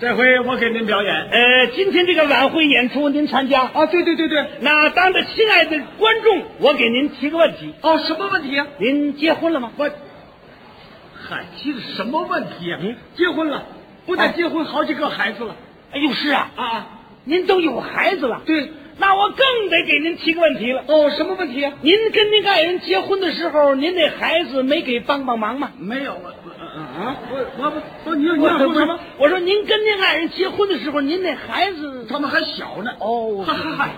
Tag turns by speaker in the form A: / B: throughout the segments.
A: 这回我给您表演
B: 呃，今天这个晚会演出您参加，
A: 啊！对对对对，
B: 那当着亲爱的观众，我给您提个问题：
A: 哦，什么问题啊？
B: 您结婚了吗？
A: 我，嗨，提的什么问题啊？
B: 嗯
A: 结婚了，不
B: 哎
A: 但结婚，好几个孩子了
B: 哎呦，是啊，
A: 啊啊！
B: 您都有孩子了，
A: 对，
B: 那我更得给您提个问题了。
A: 哦，什么问题啊？
B: 您跟您爱人结婚的时候，您那孩子没给帮帮忙吗？
A: 没有啊
B: 啊
A: 啊！我我不不，你你要说什么？？
B: 我说您跟您爱人结婚的时候，您那孩子
A: 他们还小呢。
B: 哦
A: 嗨嗨，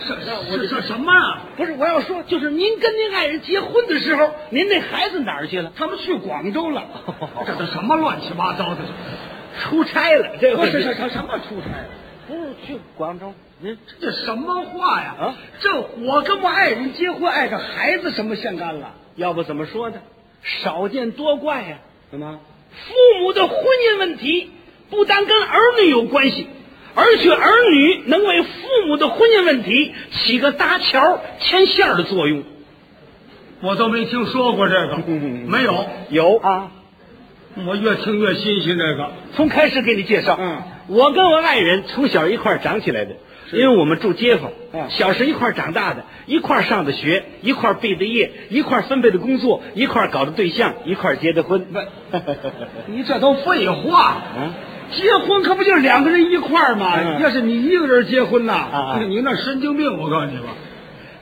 A: 这
B: 我
A: 这这什么啊？
B: 不是我要说，就是您跟您爱人结婚的时候，您那孩子哪儿去了？，
A: 他们去广州了这都什么乱七八糟的？
B: 出差了，这
A: 不
B: 不
A: 是
B: 是
A: 这这什么出差啊？
B: 不是去广州？您
A: 这什么话呀？
B: 啊，
A: 这我跟我爱人结婚，爱个孩子什么相干了？
B: 要不怎么说呢？少见多怪呀、
A: 怎么？
B: 父母的婚姻问题不单跟儿女有关系，而且儿女能为父母的婚姻问题起个搭桥、牵线儿的作用。
A: 我都没听说 过这个，没有。
B: 有啊，
A: 我越听越新鲜，这个
B: 从开始给你介绍，
A: 嗯，
B: 我跟我爱人从小一块儿长起来的，
A: 是
B: 因为我们住街坊，
A: 嗯
B: 小时一块儿长大的，一块儿上的学，一块儿毕的业，一块儿分配的工作，一块儿搞的对象，一块儿结的婚。
A: 你这都废话。
B: 啊，
A: 结婚可不就是两个人一块儿吗？
B: 嗯
A: 要是你一个人结婚呐、
B: 啊
A: 你那神经病，我告诉你吧。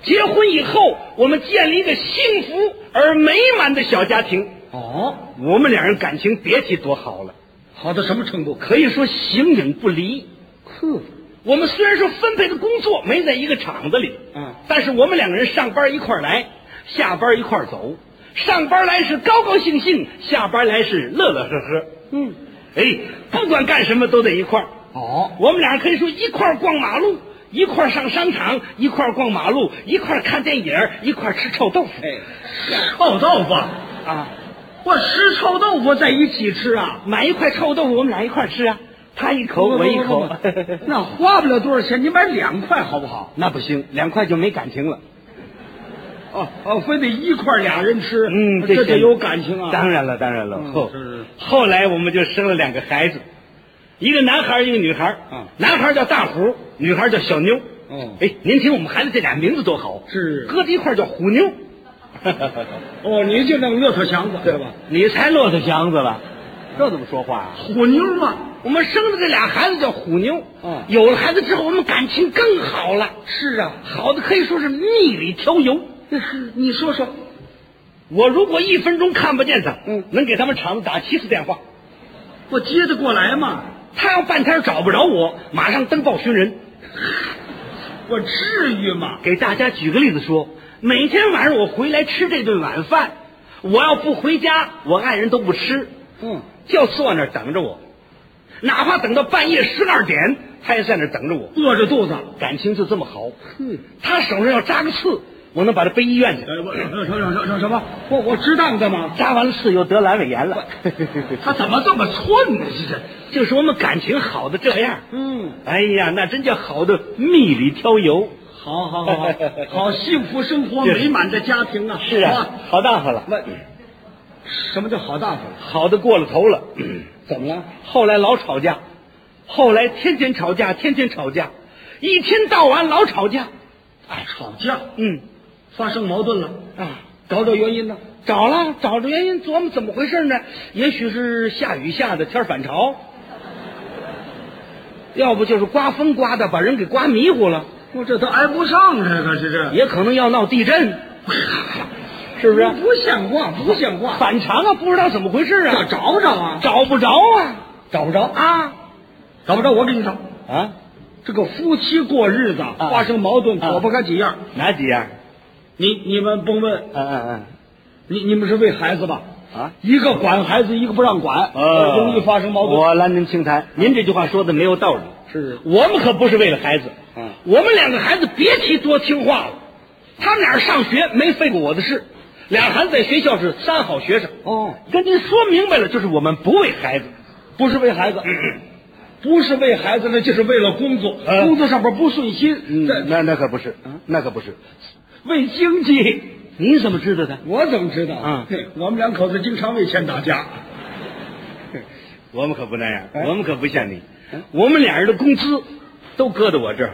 B: 结婚以后，我们建立一个幸福而美满的小家庭。
A: 哦，
B: 我们两人感情别提多好了，
A: 好到什么程度？
B: 可以说形影不离。
A: 呵，
B: 我们虽然说分配的工作没在一个厂子里，
A: 嗯
B: 但是我们两个人上班一块儿来，下班一块儿走。上班来是高高兴兴，下班来是乐乐呵呵。
A: 嗯，
B: 哎，不管干什么都在一块儿。
A: 哦，
B: 我们俩可以说一块儿逛马路，一块儿上商场，一块儿逛马路，一块儿看电影，一块儿吃臭豆腐。
A: 哎，臭豆腐，
B: 啊，
A: 我吃臭豆腐在一起吃啊。
B: 买一块臭豆腐，我们俩一块儿吃啊，他一口我一口
A: 不不不不。那花不了多少钱，你买两块好不好？
B: 那不行，两块就没感情了。
A: 哦哦，非得一块儿俩人吃，
B: 嗯，
A: 这
B: 得
A: 得有感情啊。
B: 当然了，当然了。
A: 嗯
B: 后
A: 是是
B: 后来我们就生了两个孩子，一个男孩儿，一个女孩儿。啊
A: 嗯
B: 男孩儿叫大虎，女孩儿叫小妞。
A: 哦
B: 哎，您听我们孩子这俩名字多好，
A: 是
B: 搁在一块儿叫虎妞。
A: 哦，你就那个骆驼祥子对吧？
B: 你才骆驼祥子了，这怎么说话啊？
A: 虎妞嘛，
B: 我们生的这俩孩子叫虎妞。
A: 嗯
B: 有了孩子之后，我们感情更好了，
A: 是啊。
B: 好的可以说是蜜里调油。
A: 你说说，
B: 我如果一分钟看不见他，
A: 嗯
B: 能给他们厂子打七次电话。
A: 我接得过来吗？
B: 他要半天找不着我，马上登报寻人。
A: 我至于吗？
B: 给大家举个例子说，每天晚上我回来吃这顿晚饭，我要不回家，我爱人都不吃，
A: 嗯，
B: 就坐那儿等着我，哪怕等到半夜十二点，他也在那儿等着我。
A: 饿着肚子。
B: 感情就这么好。
A: 嗯，
B: 他手上要扎个刺，我能把他背医院去。
A: 呃，我什什什什么？我我知道干嘛？
B: 扎完了刺又得阑尾炎了，
A: 他怎么这么寸呢？这是。
B: 就是我们感情好的这样。
A: 嗯，
B: 哎呀，那真叫好的蜜里挑油。
A: 好好好好， 好幸福生活美满的家庭啊！
B: 是
A: 好
B: 啊
A: 吧，
B: 好大发了。
A: 那什么叫好大方？
B: 好的过了头了，
A: 怎么了？
B: 后来老吵架，后来天天吵架，天天吵架，一天到晚老吵架。
A: 哎，吵架，
B: 嗯
A: 发生矛盾了，
B: 啊，
A: 找找原因呢？
B: 找了找着原因，琢磨怎么回事呢？也许是下雨下的天儿反潮，要不就是刮风刮的把人给刮迷糊了，
A: 我这都挨不上啊这个，这这，
B: 也可能要闹地震，是不是？
A: 不像话，不像话！
B: 反常啊，不知道怎么回事
A: 要
B: 啊，
A: 找找啊，
B: 找不着啊
A: 找不着，
B: 啊
A: 找不着，我给你找。
B: 啊！
A: 这个夫妻过日子发生矛盾，
B: 啊
A: 躲不开几样。
B: 哪几样？
A: 你你们甭问，
B: 嗯嗯
A: 你你们是为孩子吧？
B: 嗯啊。
A: 一个管孩子，一个不让管，
B: 呃，
A: 容易发生矛盾。
B: 我拦您清谈，您这句话说的没有道理。
A: 是
B: 我们可不是为啊了孩子，
A: 嗯
B: 我们两个孩子别提多听话了，他们俩上学没费过我的事，俩孩子在学校是三好学生。
A: 哦，
B: 跟您说明白了，就是我们不为孩子，
A: 不是为孩子，不是为孩子，那就是为了工作，
B: 嗯
A: 工作上边不顺心，这
B: 那那可不是，嗯那可不是。
A: 为经济。
B: 你怎么知道的？
A: 我怎么知道？
B: 嗯
A: 嘿我们 两口子经常为钱打架。
B: 我们可不那样，
A: 哎
B: 我们可不像你。嗯
A: 我们俩人的工资都搁在我这儿，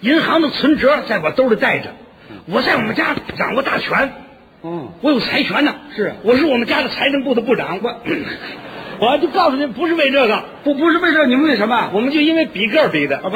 A: 银行的存折在我兜里带着。我在我们家掌握大权，
B: 哦，
A: 我有财权呢。
B: 是
A: 我是我啊们家的财政部的部长。 我，
B: 我就告诉您，不是为这个，
A: 不不是为这，你们为什么？
B: 我们就因为比个儿比的
A: 啊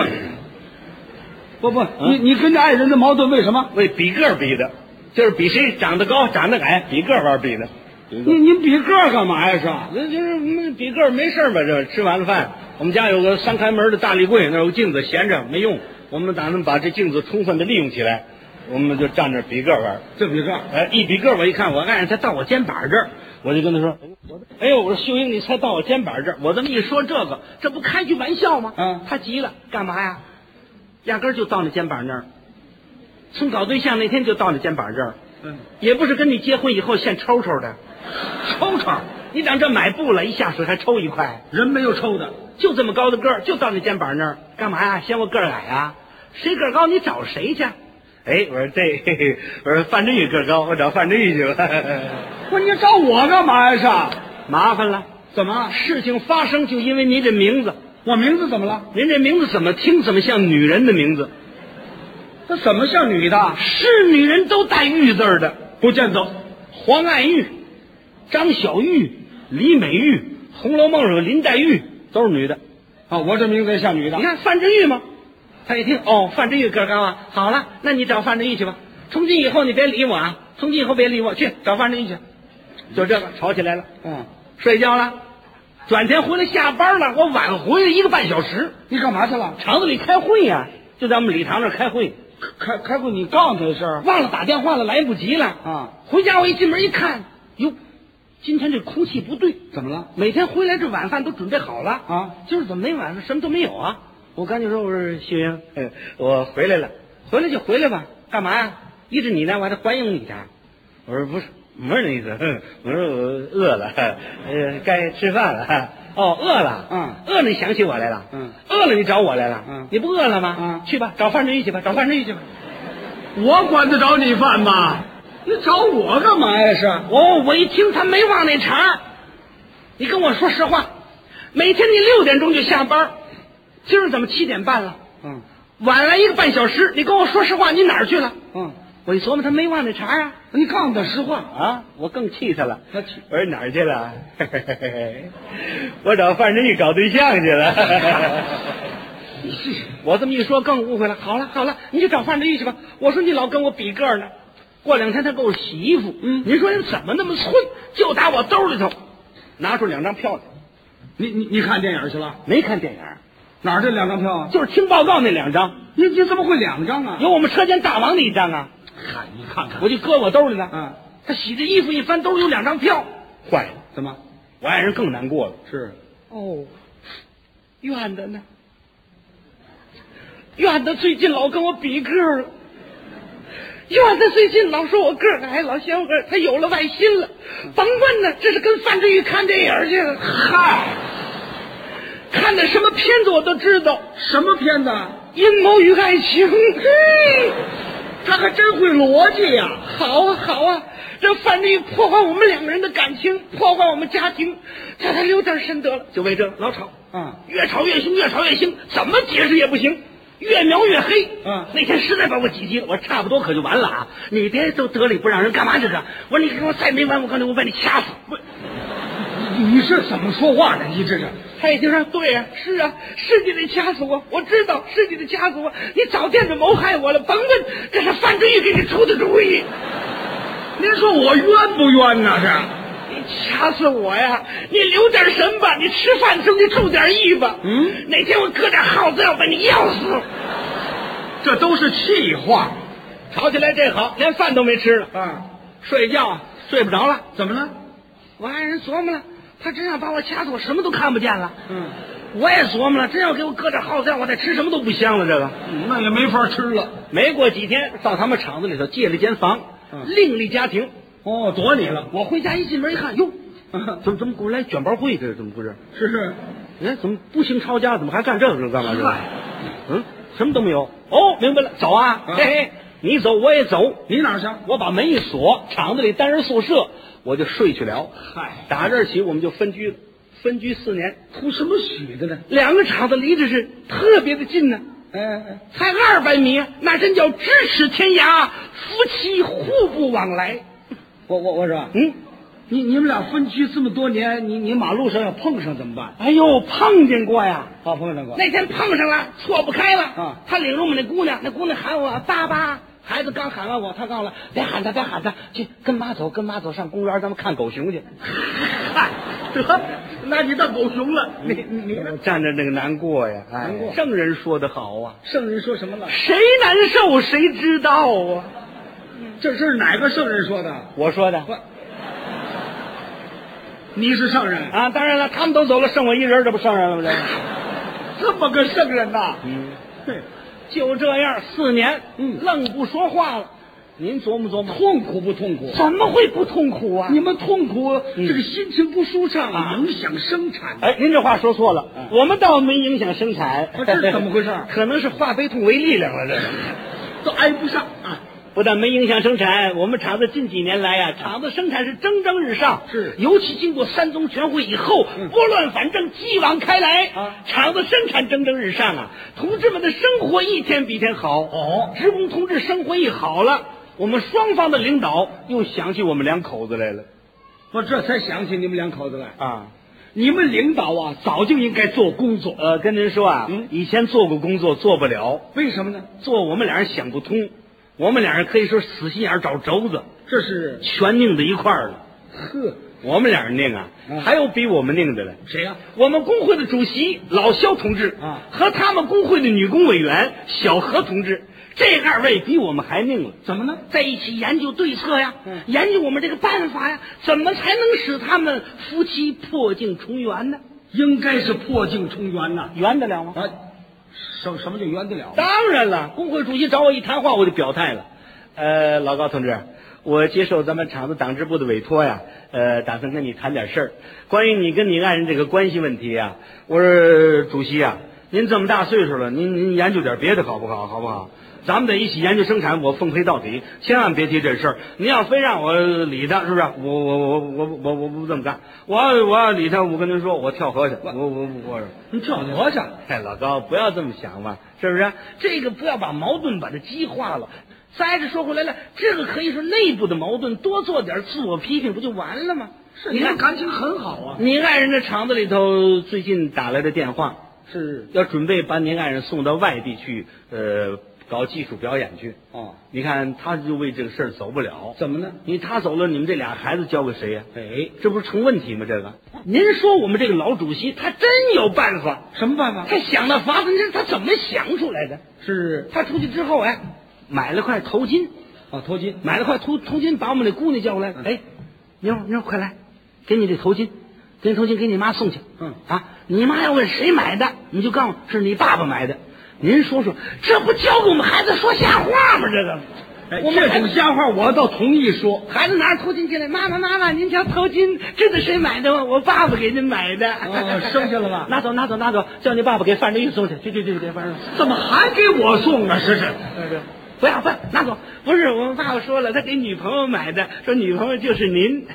A: 不，不不，你你跟这爱人的矛盾为什么？
B: 啊为比个儿比的，就是比谁长得高、长得矮，比个儿玩儿比的。
A: 你你比个儿干嘛呀？是？
B: 那就是嗯比个儿没事儿吧？这吃完了饭，我们家有个三开门的大立柜，那儿有镜子闲着没用，我们打算把这镜子充分的利用起来，我们就站那儿比个儿玩儿。
A: 这比个儿
B: 哎，一比个儿我一看，我爱人他到我肩膀这儿，我就跟他说，哎呦，我说秀英，你才到我肩膀这儿，我这么一说这个，这不开句玩笑吗？
A: 嗯
B: 他急了，干嘛呀？压根儿就到你肩膀那儿，从搞对象那天就到你肩膀这儿，
A: 嗯，
B: 也不是跟你结婚以后现抽抽的，
A: 抽抽，
B: 你长这买布了，一下水还抽一块。
A: 人没有抽的。
B: 就这么高的个儿，就到你肩膀那儿，干嘛呀？嫌我个儿矮啊？谁个儿高你找谁去？哎，我说这， 嘿嘿我说范振宇个儿高，我找范振宇去 吧。
A: 不是你找我干嘛呀？
B: 麻烦了，
A: 是？怎么？
B: 事情发生就因为您这名字，
A: 我名字怎么了？
B: 您这名字怎么听怎么像女人的名字？
A: 这怎么像女的？
B: 是女人都带玉字儿的，
A: 不见得。
B: 黄爱玉、张小玉、李美玉，《红楼梦》里的林黛玉都是女的。
A: 啊，我这名字也像女的
B: 你。看范振玉吗？他一听，哦，范振玉个儿高啊，好了，那你找范振玉去吧。从今以后你别理我啊，从今以后别理我，去找范振玉去。就这个吵起来了，
A: 嗯，
B: 睡觉了，转天回来下班了，我晚回来一个半小时，
A: 你干嘛去了？
B: 厂子里开会呀、就在我们礼堂那儿开会，
A: 开开会你告诉他一声。
B: 忘了打电话了，来不及了
A: 啊。
B: 回家我一进门一看，哟，今天这空气不对，
A: 怎么了？
B: 每天回来这晚饭都准备好了
A: 啊，
B: 今儿怎么没晚饭，什么都没有啊？我赶紧说，我说秀英，哎我回来了，回来就回来吧，干嘛呀？依着你呢，我还得欢迎你呢。我说不是，不是那意思， 哼我说我饿了， 呃，该吃饭了。 哦，饿了，
A: 嗯
B: 饿了，你想起我来了，
A: 嗯，
B: 饿了你找我来了，
A: 嗯
B: 你不饿了吗？
A: 嗯
B: 去吧，找范振玉去吧，找范振玉去吧。
A: 我管得着你饭吗？你找我干嘛呀？是？
B: 哦，我一听他没忘那茬儿，你跟我说实话，每天你六点钟就下班儿，今儿怎么七点半了？
A: 嗯
B: 晚来一个半小时，你跟我说实话，你哪儿去了？
A: 嗯，
B: 我一琢磨，他没忘那茬啊。
A: 你告诉他实话。
B: 啊！我更气他了。
A: 那去
B: 我说哪儿去 了？我找范振玉搞对象去了。我这么一说更误会了。好了好了，你就找范振玉去吧。我说你老跟我比个儿呢。过两天他给我洗衣服，
A: 嗯
B: 您说人怎么那么寸？就打我兜里头拿出两张票来，
A: 你你你看电影去了？
B: 没看电影，
A: 哪儿这两张票啊？
B: 就是听报告那两张，
A: 你你怎么会两张啊？
B: 有我们车间大王的一张啊，
A: 嗨，你看看，
B: 我就搁我兜里了。
A: 嗯，
B: 他洗着衣服一翻兜有两张票，坏了，
A: 怎么
B: 我爱人更难过了。
A: 是？
B: 哦，院的呢？院的最近老跟我比个儿了，院的最近老说我个儿矮，老嫌我个儿，他有了外心了。甭问呢，这是跟范振玉看电影去了。嗨，看的什么片子我都知道，
A: 什么片子啊？
B: 《阴谋与爱情》。嘿，
A: 他还真会逻辑呀！
B: 好啊好啊，这范振玉破坏我们两个人的感情，破坏我们家庭，叫他留点神得了。就为这老吵。
A: 啊，
B: 越吵越凶，越吵越凶，怎么解释也不行，越描越黑。
A: 嗯
B: 那天实在把我挤急了，我差不多可就完了啊！你别都得理不让人，干嘛这是？我说你给我再没完，我告诉你，我把你掐死！不，
A: 你是怎么说话的？你这是？
B: 他一听说，对呀、是啊，是你得掐死我，啊我知道是你得掐死我，啊你早惦着谋害我了，甭问，这是范振玉给你出的主意。
A: 您说我冤不冤呐？这？
B: 你掐死我呀！你留点神吧，你吃饭的时候你注点意吧。
A: 嗯，
B: 哪天我搁点耗子要把你药死。
A: 这都是气话
B: 吵起来这好，连饭都没吃了，
A: 啊！
B: 睡觉睡不着了。
A: 怎么了？
B: 我爱人琢磨了，他真要把我掐死，我什么都看不见了。
A: 嗯，
B: 我也琢磨了，真要给我搁点耗子药，我再吃什么都不香了。这个
A: 嗯那也没法吃了。
B: 没过几天，到他们厂子里头借了间房，
A: 嗯
B: 另立家庭。
A: 哦，躲你了。
B: 我回家一进门一看， 哟，怎么怎么给我来卷包会？这是怎么回事？
A: 是，
B: 哎，怎么不兴抄家？怎么还干这个？这干嘛？这个
A: 嗨
B: 嗯，什么都没有。哦，明白了，走啊！
A: 啊
B: 嘿嘿，你走我也走，
A: 你哪儿去？
B: 我把门一锁，厂子里单人宿舍，我就睡去了。
A: 嗨
B: 打这儿起我们就分居了，分居四年，
A: 图什么许的呢？
B: 两个厂子离着是特别的近呢、
A: 嗯，
B: 才二百米，那真叫咫尺天涯，夫妻互不往来。
A: 我我我说，
B: 嗯，
A: 你你们俩分居这么多年，你你马路上要碰上怎么办？
B: 哎呦，碰见过呀。
A: 啊，碰上过。
B: 那天碰上了，错不开了。
A: 啊
B: 他领着我们那姑娘，那姑娘喊我爸爸，孩子刚喊完我，他告诉我别喊他，别喊他，去跟妈走，跟妈走，上公园咱们看狗熊去。
A: 嗨，得，那你当狗熊了。你你呢
B: 站着那个难过呀，哎
A: 难过
B: 圣人说的好啊，
A: 圣人说什么了？
B: 谁难受谁知道啊。
A: 这是哪个圣人说的？
B: 我说的
A: 你是圣人，
B: 啊，当然了，他们都走了，剩我一人，这不圣人了吗？这，
A: 这么个圣人呐？
B: 嗯，
A: 嘿
B: 就这样四年，
A: 嗯
B: 愣不说话了。您琢磨琢磨，
A: 痛苦不痛苦？
B: 怎么会不痛苦啊？
A: 你们痛苦，
B: 嗯
A: 这个心情不舒畅
B: 啊
A: 啊，影响生产。
B: 哎，您这话说错了，
A: 嗯
B: 我们倒没影响生产，
A: 不这是怎么回事
B: 可能是化悲痛为力量了，这是。
A: 都挨不上啊。
B: 不但没影响生产，我们厂子近几年来呀、厂子生产是蒸蒸日上。
A: 是
B: 尤其经过山东全会以后，
A: 嗯
B: 拨乱反正，继往开来，
A: 啊
B: 厂子生产蒸蒸日上啊，同志们的生活一天比一天好。
A: 哦，
B: 职工同志生活一好了，我们双方的领导又想起我们两口子来了
A: 我这才想起你们两口子来。
B: 啊。
A: 你们领导啊，早就应该做工作，
B: 呃，跟您说啊，
A: 嗯
B: 以前做过工作，做不了。
A: 为什么呢？
B: 做我们俩人想不通，我们俩人可以说死心眼儿找轴子，
A: 这是
B: 全拧到一块儿了。
A: 呵，
B: 我们俩人拧啊
A: 嗯，
B: 还有比我们拧的了。
A: 谁呀、
B: 我们工会的主席老肖同志
A: 啊
B: 和他们工会的女工委员小何同志，这二位比我们还拧了。
A: 怎么呢？
B: 在一起研究对策呀，
A: 嗯
B: 研究我们这个办法呀，怎么才能使他们夫妻破镜重圆呢？
A: 应该是破镜重圆呐、
B: 圆得了吗？
A: 啊，什什么叫圆得了？
B: 当然了，工会主席找我一谈话，我就表态了。呃，老高同志，我接受咱们厂子党支部的委托呀，呃，打算跟你谈点事儿，关于你跟你爱人这个关系问题呀。我说主席啊，您这么大岁数了，您您研究点别的好不好？好不好？咱们得一起研究生产，我奉陪到底，千万别提这事儿。您要非让我理他，是不是？我我我我我我不这么干，我要我要理他，我跟您说，我跳河去。我我我我。
A: 你跳楼下，
B: 哎，老高，不要这么想嘛，是不是？这个不要把矛盾把它激化了。再者说回来了，这个可以是内部的矛盾，多做点自我批评不就完了吗？
A: 是
B: 你
A: 你
B: 看
A: 们，感情很好啊。
B: 您爱人的厂子里头最近打来的电话，
A: 是
B: 要准备把您爱人送到外地去，呃，搞技术表演去。
A: 哦，
B: 你看，他就为这个事儿走不了。
A: 怎么呢？
B: 你他走了，你们这俩孩子交给谁呀、
A: 哎，
B: 这不是成问题吗？这个，您说我们这个老主席他真有办法。
A: 什么办法？
B: 他想的法子，你知道他怎么想出来的？
A: 是
B: 他出去之后，哎，买了块头巾，
A: 啊，头巾。
B: 买了块头头巾，把我们那姑娘叫过来，
A: 嗯
B: 哎，妞儿妞儿快来，给你这头巾，给你头巾给你妈送去。
A: 嗯
B: 啊，你妈要问谁买的，你就告诉是你爸爸买的。您说说，这不教给我们孩子说瞎话吗？这个，
A: 哎，
B: 我们
A: 这
B: 孩
A: 种
B: 子
A: 瞎话我倒同意说。
B: 孩子拿着头巾进来，妈妈妈妈，您瞧头巾，这是谁买的吗？我爸爸给您买的。
A: 哦生下了吧
B: 拿走拿走拿走，叫你爸爸给范振玉送去，去去去给范振玉。
A: 怎么还给我送啊？这是
B: 哎不要不要，拿走！不是我们爸爸说了，他给女朋友买的，说女朋友就是您，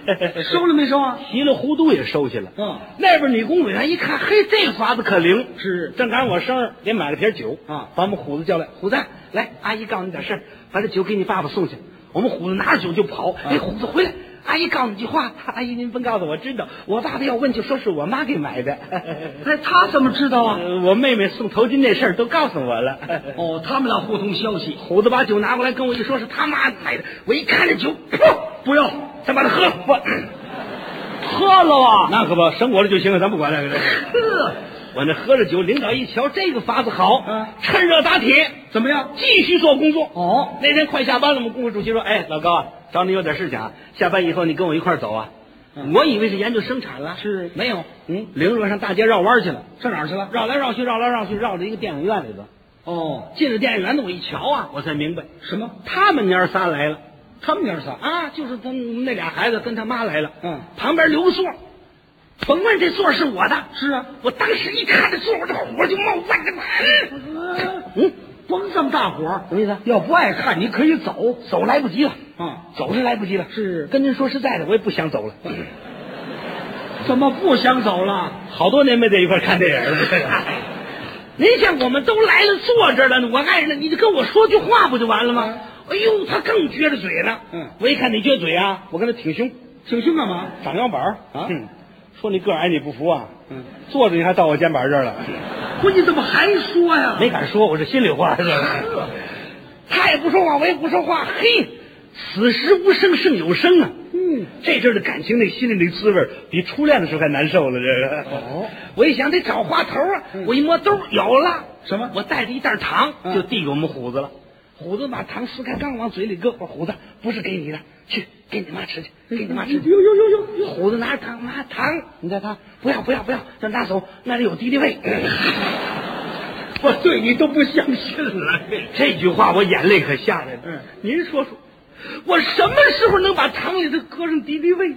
A: 收了没收啊？
B: 稀里糊涂也收去了。
A: 嗯，
B: 那边女工委员一看，嘿，这法子可灵。
A: 是
B: 正赶上我生日，给买了瓶酒
A: 啊
B: 把我们虎子叫来，虎子，来，阿姨告诉你点事儿，把这酒给你爸爸送去。我们虎子拿着酒就跑，
A: 啊
B: 哎，虎子回来。阿姨告诉你句话，阿姨您甭告诉我，知道我爸爸要问就说是我妈给买的。
A: 哎，他怎么知道啊？
B: 呃我妹妹送头巾那事儿都告诉我了。
A: 哦，他们俩互通消息。
B: 虎子把酒拿过来跟我一说，是他妈买的。我一看这酒，噗，不要，咱把它喝了。不，
A: 喝了啊？
B: 那可不，生我了就行了，咱不管那个。
A: 呵，
B: 我那喝着酒，领导一瞧这个法子好，
A: 嗯
B: 趁热打铁，
A: 怎么样？
B: 继续做工作。
A: 哦，
B: 那天快下班了，我们工会主席说：“哎，老高啊，找你有点事情啊，下班以后你跟我一块儿走啊。
A: 嗯
B: 我以为是研究生产了，
A: 是
B: 没有，嗯，领着我上大街绕弯去了，
A: 上哪儿去了？
B: 绕来绕去，绕来绕去，绕到一个电影院里头。
A: 哦，
B: 进了电影院子，我一瞧啊，我才明白，
A: 什么？
B: 他们娘仨来了。
A: 他们娘仨？
B: 啊，就是他们那俩孩子跟他妈来了，
A: 嗯
B: 旁边留个座，甭问这座是我的，
A: 是啊。
B: 我当时一看这座，我这火就冒万着满，
A: 嗯，甭这么大火，
B: 什么意思？
A: 要不爱看，你可以走。
B: 走来不及了，
A: 啊，
B: 走是来不及了，
A: 是嗯
B: 跟您说实在的，我也不想走了，怎么不想走了？
A: 好多年没在一块儿看电影了。这个
B: 哎您像我们都来了，坐这儿了，我爱人，你就跟我说句话不就完了吗？哎呦，他更撅着嘴呢。
A: 嗯
B: 我一看你撅嘴啊，
A: 我跟他挺胸，
B: 挺胸干嘛？
A: 长腰板儿
B: 啊
A: 嗯说你个儿矮你不服啊？
B: 嗯，
A: 坐着你还到我肩膀这儿了，
B: 不，你怎么还说呀？
A: 没敢说，我是心里话。是吧
B: 呵，他也不说话，我也不说话。嘿，此时无声胜有声啊。
A: 嗯，
B: 这阵儿的感情，那心里那滋味儿，
A: 比初恋的时候还难受了。这个
B: 哦，我一想得找话头啊，我一摸兜儿有了
A: 嗯什么
B: 我带着一袋糖，
A: 嗯
B: 就递给我们虎子了。虎子把糖撕开，刚往嘴里搁，我说虎子不是给你的，去给你妈吃去，给你妈吃去。
A: 呦呦呦呦！
B: 虎子拿着糖，妈糖，
A: 你看他，
B: 不要不要不要，这拿走，那里有敌敌畏。
A: 我对你都不相信了。
B: 这句话我眼泪可下来了。
A: 嗯，
B: 您说说，我什么时候能把糖里头搁上敌敌畏？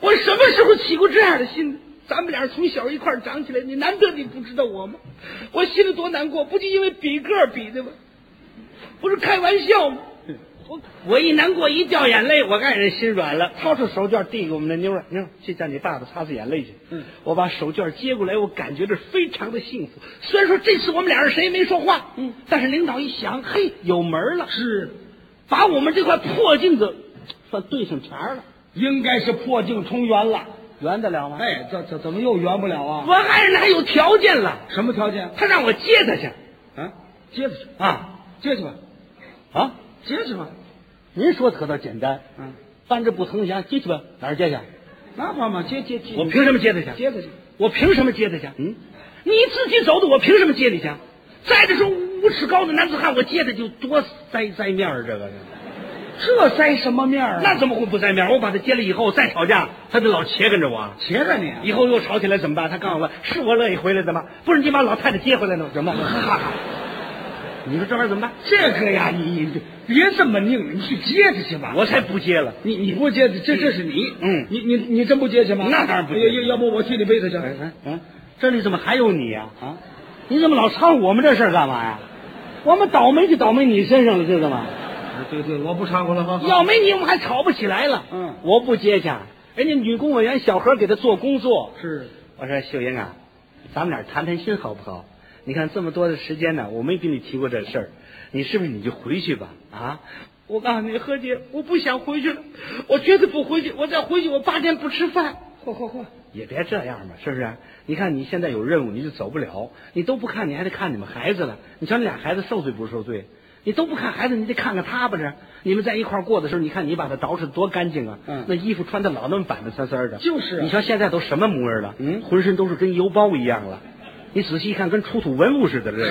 B: 我什么时候起过这样的心呢？咱们俩从小一块儿长起来，你难得你不知道我吗？我心里多难过，不就因为比个儿比的吗？不是开玩笑吗？
A: 嗯
B: 我我一难过一掉眼泪，我爱人心软了，
A: 掏出手绢递给我们的妞儿，妞儿去叫你爸爸擦擦眼泪去。
B: 嗯，
A: 我把手绢接过来，我感觉这非常的幸福。
B: 虽然说这次我们俩人谁也没说话，
A: 嗯，
B: 但是领导一想，嘿，
A: 有门儿了，
B: 是
A: 把我们这块破镜子算对上茬儿了，
B: 应该是破镜重圆了。
A: 圆得了吗？
B: 哎，
A: 这这怎么又圆不了啊？
B: 我爱人还有条件了，
A: 什么条件？
B: 他让我接他去
A: 啊，接着去
B: 啊，
A: 接去吧，啊，
B: 接去吧。
A: 您说的可倒简单，
B: 嗯，
A: 扳着不疼痒，接去吧，哪儿接去？
B: 那话嘛，接接接我
A: 我
B: 凭什
A: 凭
B: 么
A: 什么
B: 接
A: 接
B: 他
A: 他
B: 去？
A: 去
B: 他去。我凭什么接他去？
A: 嗯，
B: 你自己走的，我凭什么接你去？再者说，五尺高的男子汉，我接他就多塞塞面儿，这个是。
A: 这塞什么面儿啊
B: 那怎么会不塞面儿？我把他接了以后再吵架，他就老茄跟着我。
A: 茄子你
B: 以后又吵起来怎么办？他告诉我，是我乐意回来的吗？不是你把老太太接回来的吗？怎么办？哈哈， 你说这玩意儿怎么办？
A: 这个呀，你你别这么拧，你去接他去吧。
B: 我才不接了。
A: 你你不接，这这是你，
B: 嗯
A: 你你你真不接去吗？
B: 那当然不接
A: 哎呀要要不我替你背他去。
B: 哎
A: 嗯
B: 这里怎么还有你呀、
A: 啊，
B: 你怎么老掺我们这事儿干嘛呀？我们倒霉就倒霉你身上了，知道吗？
A: 对对，我不掺和了，好好
B: 要没你，我们还吵不起来了。
A: 嗯
B: 我不接下，人家女公务员小何给他做工作。
A: 是
B: 我说秀英啊，咱们俩谈谈心好不好？你看这么多的时间呢，我没跟你提过这事儿，你是不是你就回去吧？啊？我告诉你，何姐，我不想回去了，我绝对不回去，我再回去我八天不吃饭。
A: 嚯嚯嚯，
B: 也别这样嘛，是不是？你看你现在有任务，你就走不了，你都不看，你还得看你们孩子了。你瞧你俩孩子受罪不受罪？你都不看孩子，你得看看他吧这。你们在一块儿过的时候，你看你把他捯饬得多干净啊！
A: 嗯
B: 那衣服穿的老那么板板森森的。
A: 就是啊
B: 你瞧现在都什么模样了？
A: 嗯
B: 浑身都是跟油包一样了。你仔细一看，跟出土文物似的。这个，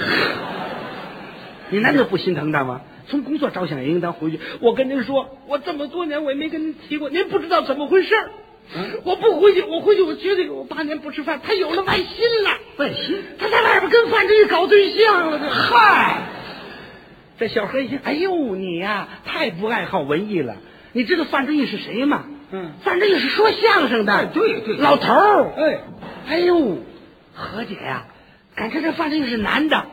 B: 你难道不心疼他吗？从工作着想，也应当回去。我跟您说，我这么多年我也没跟您提过，您不知道怎么回事儿。
A: 嗯
B: 我不回去，我回去我绝对我八年不吃饭。他有了外心了，
A: 外心
B: 他在外边跟范志毅搞对象了。这嗨，这小何一听，哎呦你呀、太不爱好文艺了。你知道范志毅是谁吗？
A: 嗯
B: 范志毅是说相声的，
A: 哎对对
B: 老头儿。
A: 哎，
B: 哎呦，何姐呀、赶看这范志毅是男的。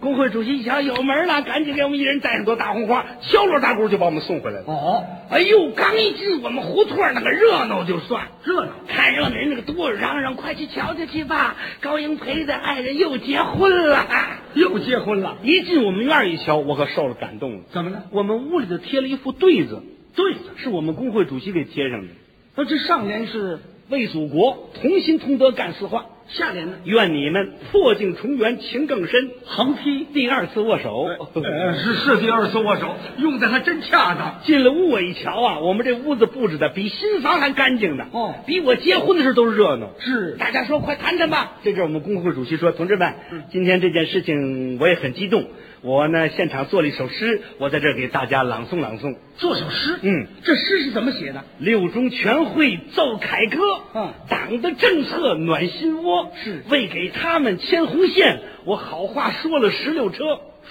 B: 工会主席一瞧有门了，赶紧给我们一人带上朵大红花，敲锣打鼓就把我们送回来了。
A: 哦，
B: 哎呦，刚一进我们胡同儿那个热闹就算
A: 热闹
B: 看热闹人那个多嚷嚷，快去瞧瞧去吧！高英培的爱人又结婚了。
A: 又结婚了，
B: 一进我们院儿一瞧，我可受了感动了。
A: 怎么了？
B: 我们屋里头贴了一副对子，对子是我们工会主席给贴上的，
A: 那这上联是
B: 为祖国同心同德干四化。
A: 下联呢？
B: 愿你们破镜重圆情更深，横批第二次握手。
A: 呃，是是第二次握手，用的还真恰当。
B: 进了屋我一瞧啊，我们这屋子布置的比新房还干净的，
A: 哦
B: 比我结婚的时候都热闹。
A: 是
B: 大家说快谈谈吧。这阵儿我们工会主席说：“同志们，
A: 嗯
B: 今天这件事情我也很激动，我呢现场做了一首诗，我在这儿给大家朗诵朗诵。
A: 做首诗，
B: 嗯，
A: 这诗是怎么写的？
B: 六中全会奏凯歌，
A: 嗯
B: 党的政策暖心窝，
A: 是
B: 为给他们牵红线，我好话说了十六车。”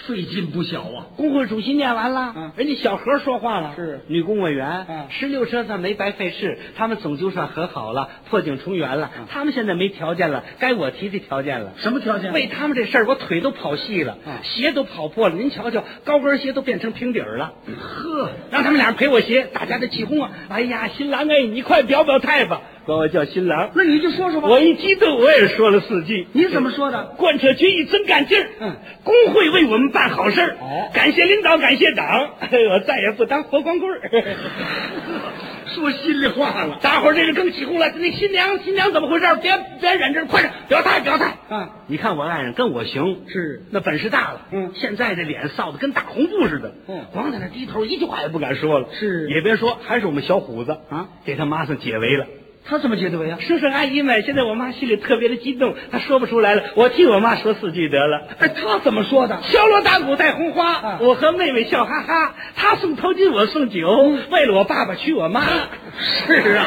A: 费劲不小啊。
B: 工会主席念完了，
A: 嗯
B: 人家小何说话了，
A: 是
B: 女公委员，
A: 嗯
B: 十六车算没白费事，他们总就算和好了，破镜重圆了，他们现在没条件了，该我提提条件了。
A: 嗯什么条件？
B: 为他们这事儿，我腿都跑细了，
A: 嗯
B: 鞋都跑破了。您瞧瞧，高跟鞋都变成平底儿了。
A: 呵，
B: 让他们俩人赔我鞋，大家得起哄啊！哎呀，新郎哎，你快表表态吧！管我叫新郎。
A: 那你就说说吧。
B: 我一激动，我也说了四句。
A: 你怎么说的？
B: 贯彻军意，真干劲儿。
A: 嗯，
B: 工会为我们办好事儿。
A: 哦
B: 感谢领导，感谢党。我再也不当活光棍儿。
A: 说心里话了
B: 大伙儿这就更起哄了。那新娘，新娘怎么回事？别别忍着，快点表态，表态。
A: 啊！
B: 你看我爱人跟我行，
A: 是
B: 那本事大了。
A: 嗯
B: 现在这脸臊的跟大红布似的。
A: 嗯
B: 光在那低头，一句话也不敢说了。
A: 是
B: 也别说，还是我们小虎子
A: 啊，
B: 给他妈算解围了。
A: 他怎么解的围啊？
B: 叔叔阿姨们，现在我妈心里特别的激动，她说不出来了，我替我妈说四句得了。
A: 哎，他怎么说的？
B: 敲锣打鼓带红花，
A: 啊
B: 我和妹妹
A: 嗯
B: 笑哈哈。她送头巾，我送酒，为了我爸爸娶我妈。是啊，